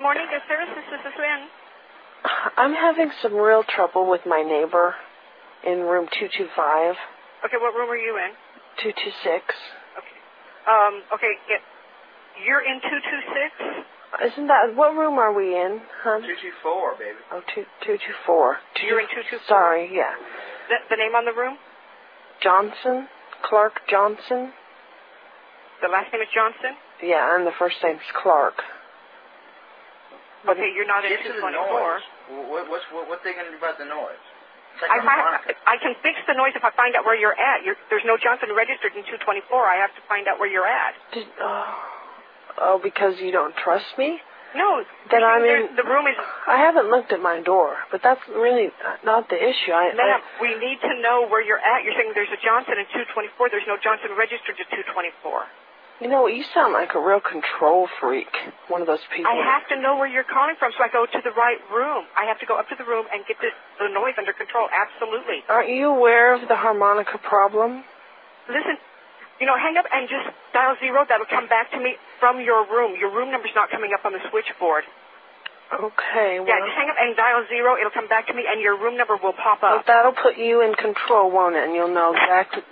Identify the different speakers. Speaker 1: morning, good services. This is Lynn.
Speaker 2: I'm having some real trouble with my neighbor in room 225,
Speaker 1: Okay, what room are you in?
Speaker 2: 226.
Speaker 1: Okay. Um, okay, get, you're in 226?
Speaker 2: Isn't that, what room are we in, hon?
Speaker 3: Two two four, baby.
Speaker 2: Oh, two, 224.
Speaker 1: You're in 224.
Speaker 2: Sorry, yeah.
Speaker 1: The, the name on the room?
Speaker 2: Johnson? Clark Johnson?
Speaker 1: The last name is Johnson?
Speaker 2: Yeah, and the first name's Clark. Mm-hmm.
Speaker 1: Okay, you're not in
Speaker 3: Get to the
Speaker 1: 224.
Speaker 3: noise. What, what's what, what they gonna do about the noise? It's like
Speaker 1: I,
Speaker 3: a
Speaker 1: find,
Speaker 3: monitor.
Speaker 1: I can fix the noise if I find out where you're at. You're, there's no Johnson registered in 224. I have to find out where you're at.
Speaker 2: Did, oh, oh, because you don't trust me?
Speaker 1: No,
Speaker 2: Then
Speaker 1: you-
Speaker 2: I'm
Speaker 1: there's-
Speaker 2: in-
Speaker 1: the room is.
Speaker 2: I haven't looked at my door, but that's really not the issue. I,
Speaker 1: Ma'am, we need to know where you're at. You're saying there's a Johnson in 224. There's no Johnson registered to 224.
Speaker 2: I, you know, you sound like a real control freak. One of those people.
Speaker 1: I have to know where you're calling from, so I go to the right room. I have to go up to the room and get this, the noise under control. Absolutely.
Speaker 2: Aren't you aware of the harmonica problem?
Speaker 1: Listen, you know, hang up and just dial zero. That'll come back to me from your room. Your room number's not coming up on the switchboard.
Speaker 2: Okay, well,
Speaker 1: Yeah, just hang up and dial zero. It'll come back to me, and your room number will pop
Speaker 2: well,
Speaker 1: up.
Speaker 2: that'll put you in control, won't it? And you'll know exactly